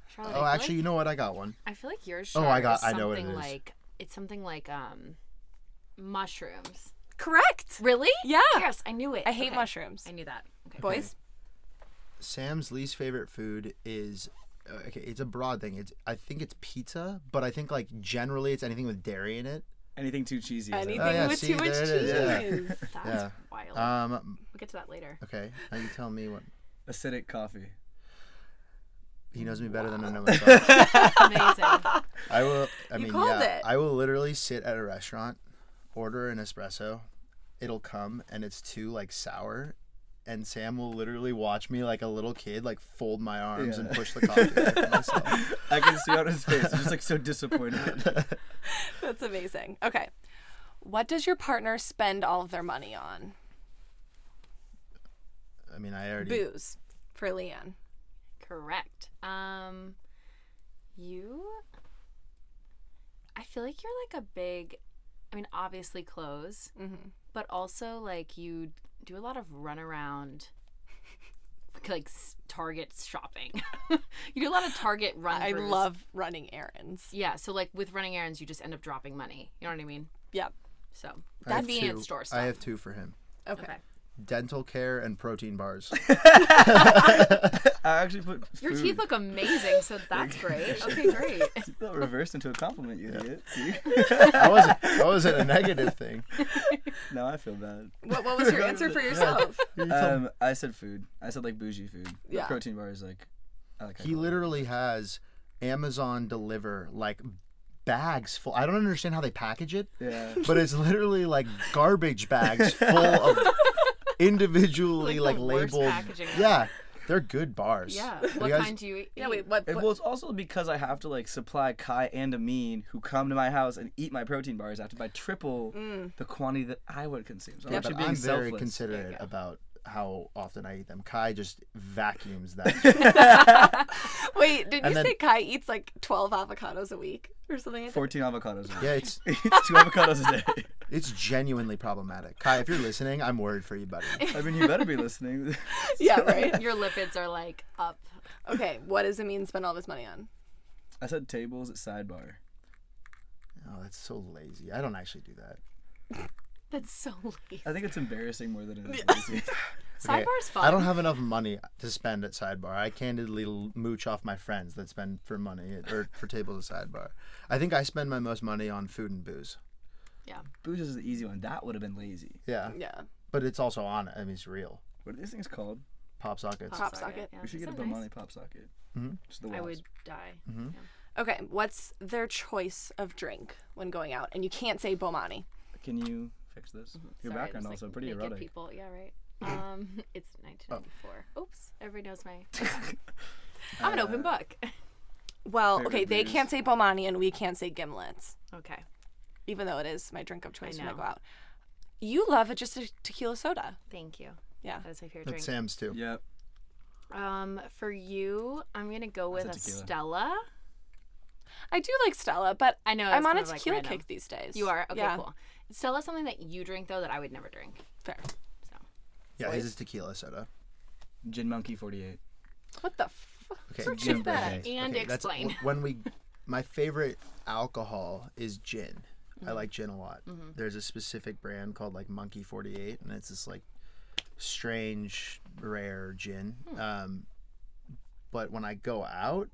Charlotte, I
Oh,
feel
actually,
like-
you know what? I got one.
I feel like yours.
Oh,
Shar,
I got-
is
I know what it
something
is.
Like it's something like um, mushrooms.
Correct.
Really?
Yeah.
Yes, I knew it.
I hate
Okay.
mushrooms.
I knew that. Okay.
Boys.
Sam's least favorite food is uh, okay. It's a broad thing. It's I think it's pizza, but I think like generally it's anything with dairy in it.
Anything too cheesy. is out.
Anything
Oh, yeah,
with
see,
too much
there it
cheese.
is, <laughs>
That's
Yeah.
wild.
Um.
we'll get to that
<laughs>
later.
Okay. Now you tell me what
Acidic coffee.
he knows me better than I know myself.
Amazing.
I will. I mean,
called
yeah.
it.
I will literally sit at a restaurant, order an espresso, it'll come and it's too like sour, and Sam will literally watch me like a little kid, like fold my arms and
Yeah.
push the coffee. away from myself.
I can see on his face. He's just like so disappointed.
<laughs> That's amazing. Okay. What does your partner spend all of their money on?
I mean, I already.
Booze for Leanne.
Correct. Um, you. I feel like you're like a big. I mean, obviously clothes,
Mm-hmm.
but also like you do a lot of runaround, <laughs> like s- Target shopping. <laughs> you do a lot of Target run.
I love running errands.
Yeah, so like with running errands, you just end up dropping money. You know what I mean?
Yep.
So
I have
convenience
two-
store stuff.
I have two for him:
Okay.
Okay.
dental care and protein bars.
I actually put
Your
food.
teeth look amazing,
<laughs>
so that's great. Okay, great.
They'll reverse into a compliment, you
<laughs>
idiot. See?
I wasn't. That wasn't a negative thing.
now I feel bad.
What, what
<laughs>
was your answer for yourself?
Um, I said food. I said like bougie food. But
Yeah.
Protein bars, like. I like
He
alcohol.
literally has Amazon deliver like bags full. I don't understand how they package it,
Yeah.
but it's literally like garbage bags full
<laughs>
of individually
Like
like,
the worst
labeled.
packaging ever.
Yeah, they're good bars.
Yeah.
You
What
guys-
kind do you eat?
yeah. Wait. What?
And,
what
well, it's also because I have to like supply Kai and Amin, who come to my house and eat my protein
Mm.
bars. I have to buy triple the quantity that I would consume. So I'm
Yeah,
actually
but
being
I'm very
selfless.
considerate about how often I eat them. Kai just
<laughs>
vacuums that.
Wait, did you
And then-
say Kai eats like 12 avocados a week or something? like that?
14 avocados. A day. <laughs>
yeah, it's
it's two avocados a day.
it's genuinely problematic. Kai, if you're listening, I'm worried for you,
<laughs>
buddy.
I mean, you better be listening. <laughs>
Yeah,
<laughs>
right.
Your lipids are like up.
Okay, what does Amin spend all this money on?
I said tables at sidebar.
Oh, that's so lazy. I don't actually do that.
That's so <laughs> lazy.
I think it's embarrassing more than it is. lazy. <laughs>
Okay,
Sidebar's fun.
I don't have enough money to spend at sidebar. I candidly l- mooch off my friends that spend for money at, or for tables at sidebar. I think I spend my most money on food and booze.
Booze is the easy one. That would have been lazy.
Yeah,
Yeah.
but it's also on. I mean, it's real.
What are these things called?
Pop sockets.
Pop socket.
Yeah,
we should
is
get
that
Mm-hmm. a
Uh, nice?
Bomani pop socket.
Mhm.
Just the
I
walls.
would die.
Okay, what's their choice of drink when going out? And you can't say Bomani.
Can you fix this? Your
Mm-hmm. Sorry, just,
background
like,
also pretty
naked
erotic.
People, yeah,
<laughs>
right. Um, it's 1994. Oops, everybody knows
<laughs>
my. I'm an open
Uh,
book. <laughs>
Well,
Favorite
okay, they
booze.
can't say Bomani and we can't say gimlets,
Okay.
even though it is my drink of choice when I
know.
go out. You love it just a tequila soda.
Thank you.
Yeah.
That is my favorite
That's
drink.
Sam's too.
Yep.
Um, for you, I'm gonna go with a,
That's a tequila.
Stella.
I do like Stella, but
I know. it's kind
I'm on a
of, like,
tequila
random.
kick these days.
You are okay.
Yeah,
Cool. Stella's something that you drink though that I would never drink.
Fair.
Yeah, his is tequila soda.
Gin Monkey 48.
What the f-
Okay,
Search
gin
it back
birthday.
and
that's-
explain. <laughs>
w- when we, my favorite alcohol is gin. I like gin a lot.
Mm-hmm.
There's a specific brand called like Monkey Forty Eight, and it's this like strange, rare gin.
Hmm.
Um, but when I go out,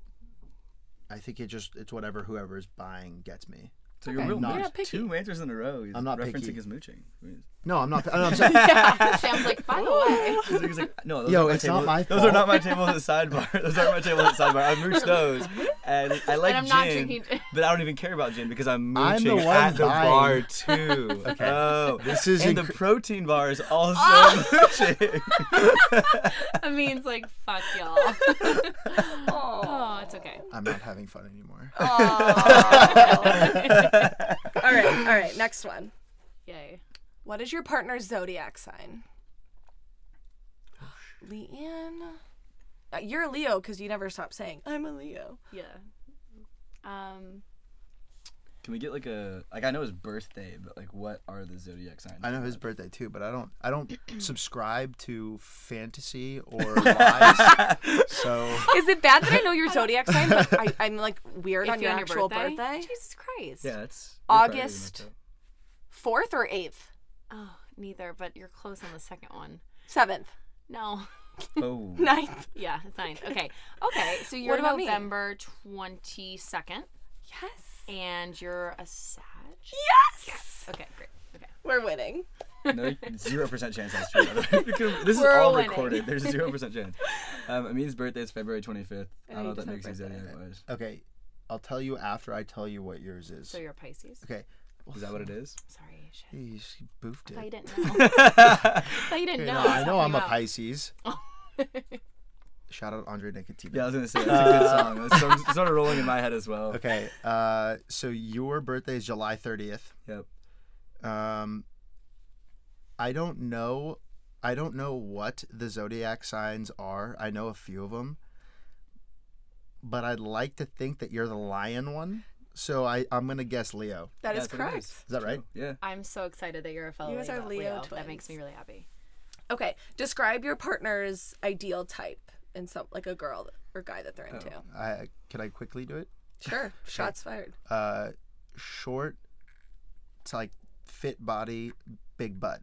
I think it just it's whatever whoever's buying gets me.
So you're real
Not
mooch.
picky.
Two answers in a row. He's
I'm not
referencing
picky.
his mooching. I mean,
No, I'm not. no, I'm sorry.
<laughs> Sam's like, by the
<laughs>
way,
he's- he's like, no, those
Yo,
are my
it's not
tables-
my
Those are not my tables at sidebar. <laughs> Those aren't my tables at sidebar. I mooched those, and I like
I'm
gin,
not drinking gin.
but I don't even care about gin because I'm
I'm the
mooching
one
at the
buying.
bar
<laughs>
too. Oh,
This is
and the
incre-
protein bar is also
Ah.
<laughs> mooching.
I mean, it's like, fuck
<laughs>
y'all. <laughs> oh, it's okay.
I'm not having fun anymore.
Oh.
all right, all right, next one.
<laughs>
Yay.
What is your partner's zodiac sign? Leanne. Uh, You're a Leo because you never stop saying, I'm a Leo.
Yeah. Um.
Can we get like a like I know his birthday, but like what are the zodiac signs?
I know his birthday too, but I don't.
<clears throat>
I don't subscribe to fantasy
<laughs>
or lies. so
Is it bad that I know your zodiac sign, but I,
<laughs>
I'm like weird
if
on your
you're
actual birthday?
Jesus Christ.
Yeah, it's
August. Fourth or eighth?
Oh, neither, but you're close on the second one.
Seventh?
No. <laughs>
Oh,
Ninth?
Yeah, it's nice. Okay. Okay.
<laughs>
So you're
about me?
November twenty second
Yes.
and you're a Sag.
Yes!
Okay, great. Okay.
We're winning.
no, zero percent chance that's true. by the way. <laughs> Because this is
We're
all
winning.
recorded. There's a zero percent chance. Um, Amin's birthday is February 25th. I don't know
you
what that
just had
makes
a
you
birthday.
zodiac wise.
Okay, I'll tell you after I tell you what yours is.
So you're a Pisces.
Okay.
Is that what
<sighs>
it <laughs> is?
Sorry, shit.
You just boofed
I
it. <laughs>
didn't know. I didn't know.
No, I know I'm a Pisces. Shout out Andre Nicotino.
Yeah, I was gonna say that's a good song. It's sort of rolling in my head as well.
Okay, uh, so your birthday is July 30th.
Yep.
Um, I don't know. I don't know what the zodiac signs are. I know a few of them, but I'd like to think that you're the lion one. So I, I'm gonna guess Leo.
That is
That's what it
correct.
Is that right?
Yeah.
I'm so excited that you're a fellow
You guys are
Leo.
Leo
That makes me
twins.
really
<laughs>
happy.
Okay, describe your partner's ideal type and some like a girl or guy that they're into.
Oh.
I can I quickly do it?
<laughs>
Sure, shots fired.
Uh, short. It's like fit body, big butt.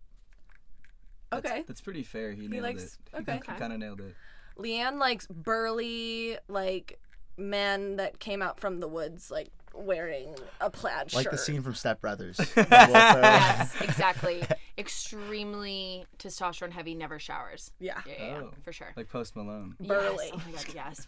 Okay,
That's pretty fair. He nailed
likes-
it.
okay.
He kind of nailed it.
Leanne likes burly like men that came out from the woods like wearing a plaid
Like
shirt.
the scene from Step
<laughs>
Brothers. Like, well, uh,
Yes, exactly. Extremely testosterone heavy, never showers.
Yeah.
Yeah, yeah, yeah,
Oh.
for sure.
Like Post Malone.
Yes.
Burly.
Oh my god,
<laughs>
yes.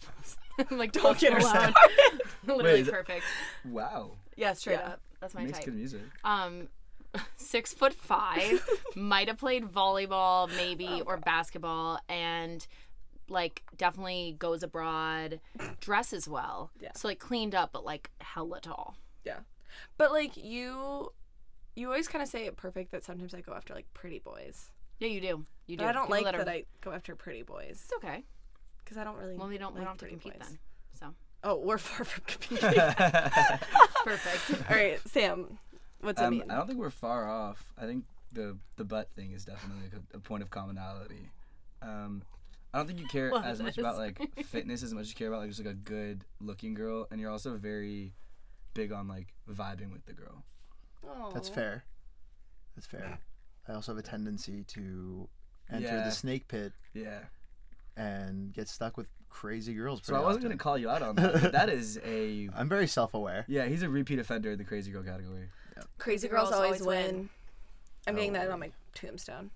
I'm like, don't get her
started.
<laughs> Literally
is it-
perfect.
Wow.
Yeah, straight
Yeah.
up. That's my
Makes
type.
good music.
Um, <laughs> six foot five,
<laughs>
might have played volleyball, maybe,
Oh,
or basketball, and like definitely goes abroad, dresses well.
Yeah.
So like cleaned up, but like hella tall.
Yeah, but like you, you always kind of say it perfect that sometimes I go after like pretty boys.
Yeah, you do. You do.
But I don't
People
like
that.
that,
are-
I go after pretty boys
It's okay.
because I don't really.
Well, we don't.
Like
we don't have to
pretty
compete
boys.
then.
<laughs>
So
Oh, we're far from
<laughs>
competing. All
it's perfect.
right, Sam, what's it
Um,
mean?
I don't think we're far off. I think the the butt thing is definitely like, a, a point of commonality. Um, I don't think you care
Love
as much about
this.
like fitness as much as you care about like just like a good looking girl, and you're also very big on like vibing with the girl.
That's
Oh.
Aw.
fair. That's fair. I also have a tendency to enter
Yeah.
the snake pit
Yeah.
and get stuck with crazy girls.
So I wasn't gonna call you out on that. But that is a
I'm very self-aware.
yeah. He's a repeat offender in the crazy girl category.
Crazy girls, always win. I'm getting that on my tombstone.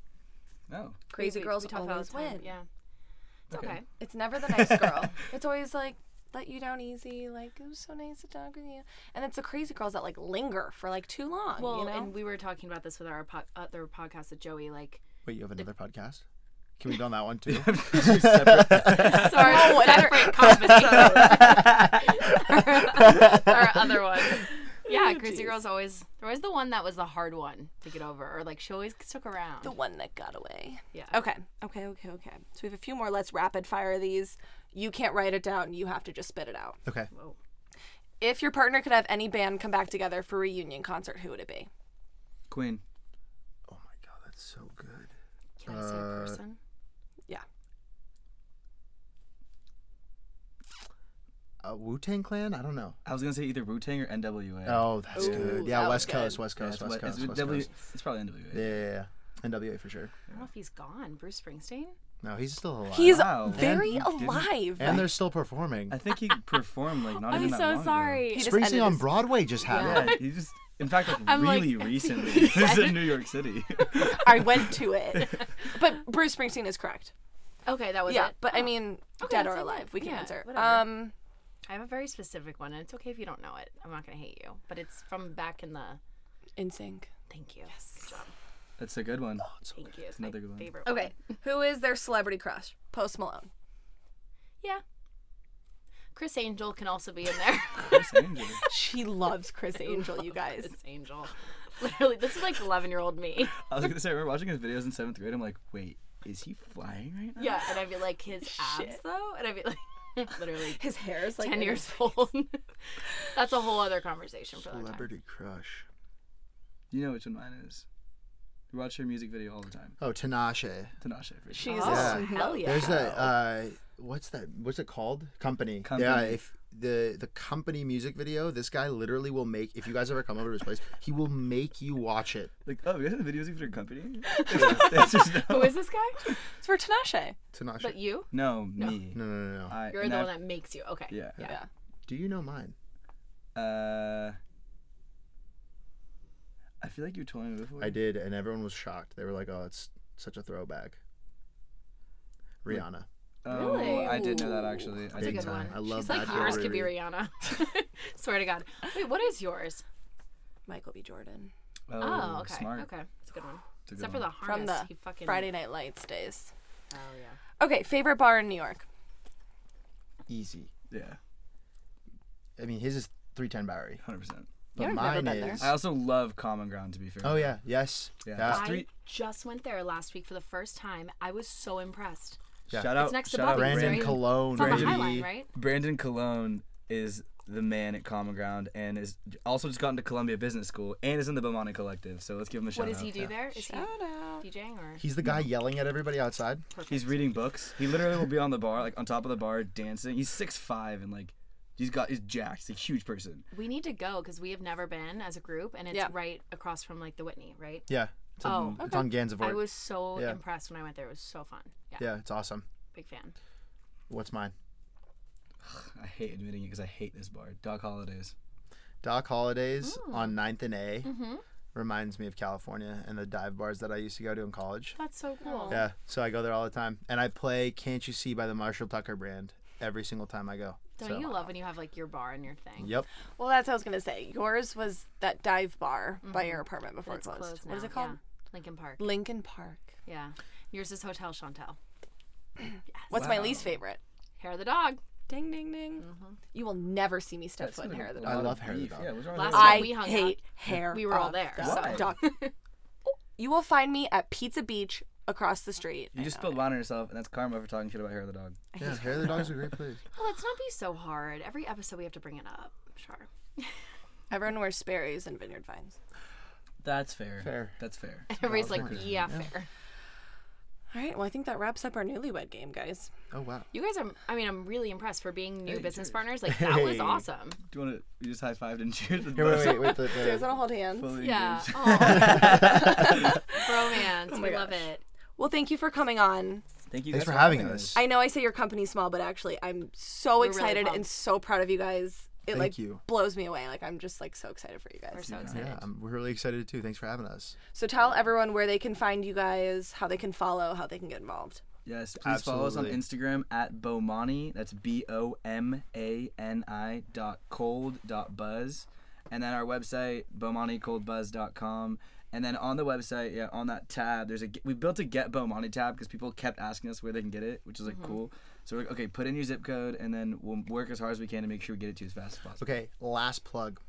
No.
Crazy
We- we-
girls
we talk about it all
always
the time.
win.
Yeah. It's
Oh, Okay.
okay.
It's never the nice girl. <laughs> It's always like let you down easy. Like it was so nice to talk with you. And it's the crazy girls that like linger for like too long.
Well,
you know?
and we were talking about this with our po- other podcast with Joey.
<laughs>
Like,
Wait, you have another podcast? Can we go on that one
<laughs>
too?
sorry,
<laughs>
separate
<laughs>
conversation. our, our other one. Yeah, Crazy
Oh, jeez.
Girls always. There was the one that was the hard one to get over, or like she always stuck around.
the one that got away.
yeah.
Okay. Okay. Okay. Okay. So we have a few more. Let's rapid fire these. You can't write it down. You have to just spit it out.
<laughs> okay.
Whoa.
If your partner could have any band come back together for a reunion concert, who would it be?
Queen.
Oh my god, that's so good.
Can I say a
Uh,
person?
Uh, Wu Tang Clan? I don't know.
I was gonna say either Wu Tang or NWA.
Oh, that's
Ooh,
good. Yeah,
that was
West Coast,
good.
West
Yeah, it's,
Coast, West
what- it's,
Coast, West
W-
Coast.
it's probably NWA.
Yeah, yeah, yeah. NWA for sure.
I don't know if he's gone. Bruce Springsteen.
No, he's still alive.
He's
Wow.
very
And you didn't-
alive.
and they're still performing.
I think he performed like not
I'm
even that long
so
ago.
sorry.
He just ended
Springsteen on
his-
Broadway just
<laughs>
happened.
Yeah, he just. In fact, like
I'm like- <laughs>
really recently, he was in New York City.
<laughs> I went to it. But Bruce Springsteen is correct.
Okay, that was
yeah,
it.
but I
Oh,
mean,
Okay, that's
dead or
not bad.
alive, we can
Yeah,
answer.
whatever.
Um,
I have a very specific one, and it's okay if you don't know it. I'm not gonna hate you, but it's from back in the.
in sync.
Thank you. Yes. Good job.
That's a good one.
Oh,
Thank you. It's
Another good
my
one.
favorite. one.
Okay, who is their celebrity crush? Post Malone.
Yeah. Chris Angel can also be in <laughs> there.
Chris Angel.
She loves <laughs> Chris Angel, you guys.
Chris Angel. Literally, this is like 11 year old me.
I was gonna say, I remember watching his videos in seventh grade. I'm like, wait, is he flying right now?
Yeah, and I'd be like, his abs
Shit.
though? And I'd be like, <laughs> literally
His hair is like
10 years old. That's a whole other conversation <laughs> for another time.
Celebrity crush.
You know which one mine is. We watch her music video all the time.
Oh, Tinashe.
Tinashe. For sure.
She's
Oh,
Yeah.
hell yeah.
There's that. Uh, what's that? What's it called? Company. Yeah.
Company.
If the the company music video, this guy literally will make. If you guys ever come over to his place, he will make you watch it.
Like, oh, we have the videos even
<laughs>
for company. That's just no.
Who is this
<laughs>
guy?
It's for Tinashe.
Tinashe.
But you?
No, me.
no, no, no, no.
I,
You're
and
the
I-
one that makes you. Okay.
Yeah.
Yeah.
Yeah.
Do you know mine?
Uh, I feel like you told me before.
I did, and everyone was shocked. They were like, "Oh, it's such a throwback." Rihanna.
Oh,
Really?
I did know that actually. I
That's a
did
good
know
one.
I love
She's like,
Bad
yours
Girl
could be Rihanna. <laughs> Swear to God. Wait, what is yours?
Michael B. Jordan.
that.
Oh, okay.
Smart.
Okay. It's a good one.
It's a good
Except for
one.
the harness.
the
he fucking,
Friday Night Lights days.
Oh, yeah.
Okay, favorite bar in New York.
Easy.
Yeah,
I mean, his is three ten Bowery,
hundred percent.
but
I've never
mine
been there.
is.
I also love Common Ground. To be fair.
Oh yeah. Yes.
Yeah.
Yeah.
It's three-
I just went there last week for the first time. I was so impressed.
Yeah.
Shout out.
It's next to
shout out
Bobby's,
Brandon
right?
Cologne.
It's on the
Brandon-
High Line,
baby.
right?
Brandon Cologne is the man at Common Ground and is also just gotten to Columbia Business School and is in the Bomani Collective. So let's give him a shout
What does
out.
he do there? Is he
out.
DJing or?
He's the guy yelling at everybody outside.
He's reading books. He literally will be on the bar, like on top of the bar, dancing. He's six five and like he's got he's jacked. He's a huge person.
We need to go because we have never been as a group, and it's
Yeah.
right across from like the Whitney, right?
Yeah. It's on,
Oh,
it's on Gansevoort.
I was so
Yeah.
impressed when I went there. It was so fun. Yeah,
Yeah, it's awesome.
big fan.
What's mine?
I hate admitting it because I hate this bar. Doc Holidays.
Doc Holidays on 9th and A reminds me of California and the dive bars that I used to go to in college.
That's so cool.
Yeah, so I go there all the time. And I play Can't You See by the Marshall Tucker Brand every single time I go.
Don't
So-
you love when you have like your bar and your thing?
Yep.
Well, that's what I was gonna say. Yours was that dive bar by your apartment before
It's
it Mm-hmm. closed.
closed
What is
now,
it called?
yeah. Lincoln Park.
Lincoln Park.
Yeah. Yours is Hotel Chantel.
What's my least favorite?
Hair of the dog.
Ding ding ding. You will never see me step foot in hair of the dog.
I
Lot
love
of
Hair of the
beef.
Dog.
Yeah, what's wrong
Last
with
time
that?
I
we hung out,
hate hair.
we were all <laughs>
of
there,
the
so-
dog. you will find me at Pizza Beach across the street.
You
I
just
know.
spilled wine on yourself, and that's karma for talking shit about hair of the dog.
I hate
Yeah, Hair of the Dog's a great place.
Oh, let's not be so hard. Every episode we have to bring it up. Sure.
Everyone wears Sperry's and Vineyard Vines.
That's fair.
Fair.
That's fair.
And everybody's like,
Valid
yeah,
criticism,
fair.
All right, well, I think that wraps up our newlywed game, guys.
Oh wow.
You guys are. I mean, I'm really impressed for being new
Hey,
business
cheers.
partners. Like that was
Hey.
awesome.
Do you want to? You just high fived and cheered. with
Here, wait,
both
wait, wait. The, the,
Guys, I'll hold hands.
fully
Yeah.
engaged.
Oh. <laughs> Bromance. we love
gosh.
it.
Well, thank you for coming on.
Thank you.
Thanks
guys
for having us.
I know I say your company's small, but actually, I'm so
We're really
excited and
pumped.
so proud of you guys. It
Thank
like
you.
blows me away. Like I'm just like so excited for you
We're
guys.
so excited.
Yeah, I'm, we're really excited too. Thanks for having us.
So tell everyone where they can find you guys, how they can follow, how they can get involved.
Yes, please follow us on Instagram at Bomani. That's B O M A N I dot cold dot buzz. And then our website, BomaniColdBuzz.com. And then on the website, yeah, on that tab, there's a g- we built a Get Bomani tab because people kept asking us where they can get it, which is
Mm-hmm.
like cool. So we're like, okay, put in your zip code, and then we'll work as hard as we can to make sure we get it to you as fast as possible.
Okay, last plug.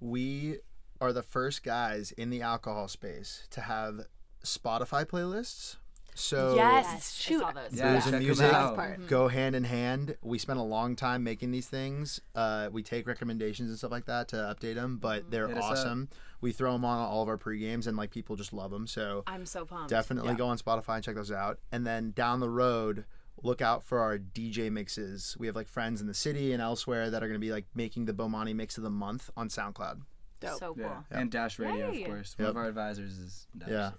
We are the first guys in the alcohol space to have Spotify playlists. So
Yes, I saw those.
Yeah,
booze
check
and
'em
music
out.
Part.
go hand in hand. We spent a long time making these things. Uh, we take recommendations and stuff like that to update them,
Mm-hmm.
but they're
Hit us up.
awesome. We throw them on all of our pre games, and like people just love them. So
I'm so pumped.
definitely go on Spotify and check those out. And then down the road, look out for our DJ mixes. We have like friends in the city and elsewhere that are going to be like making the Bomani mix of the month on SoundCloud.
Dope.
So cool.
Yeah. And Dash Radio,
Yay.
of course. One of
Yep.
our advisors is Dash.
Yeah.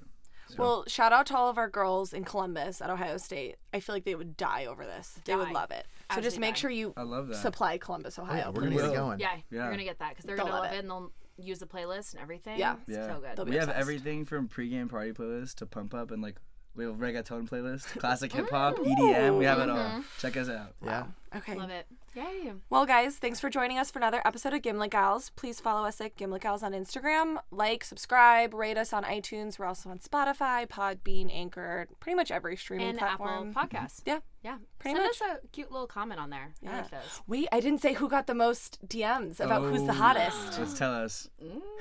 Well, shout out to all of our girls in Columbus at Ohio State. I feel like they would die over this. They would
Die.
love it. So just
Absolutely
make
die.
sure you
I love that. Oh,
supply Columbus, Ohio.
we're going
please.
to get it
Will.
going.
Yeah, you're
Yeah.
gonna get that because they're
They'll
gonna love
love
it.
it.
and they'll use the playlist and everything.
Yeah.
It's
Yeah.
so good.
They'll be
we have
obsessed.
everything from pregame party playlist to pump up and like we have reggaeton
<laughs>
playlist,
Mm.
classic hip hop, EDM. We have it all.
Mm-hmm.
Check us out.
Yeah.
Okay.
Love it. Yay.
Well, guys, thanks for joining us for another episode of Gimlet Gals. Please follow us at Gimlet Gals on Instagram. Like, subscribe, rate us on iTunes. We're also on Spotify, Podbean, Anchor, pretty much every streaming
And
platform.
Apple Podcast.
Yeah.
Yeah.
Pretty
Send
much.
us a cute little comment on there. I like those.
Wait, I didn't say who got the most DMs about who's the
Oh,
hottest.
Let's tell us.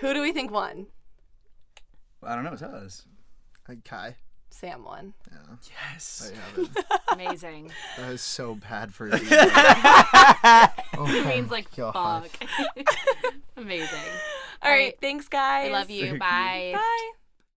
Who do we think won?
I don't know. Tell us.
Like Kai.
Sam won.
Yes.
Amazing.
That is so bad for you. Oh
It means
<laughs>
like
God.
fuck. <laughs> Amazing.
All right, thanks, guys.
I love you. Bye.
Bye.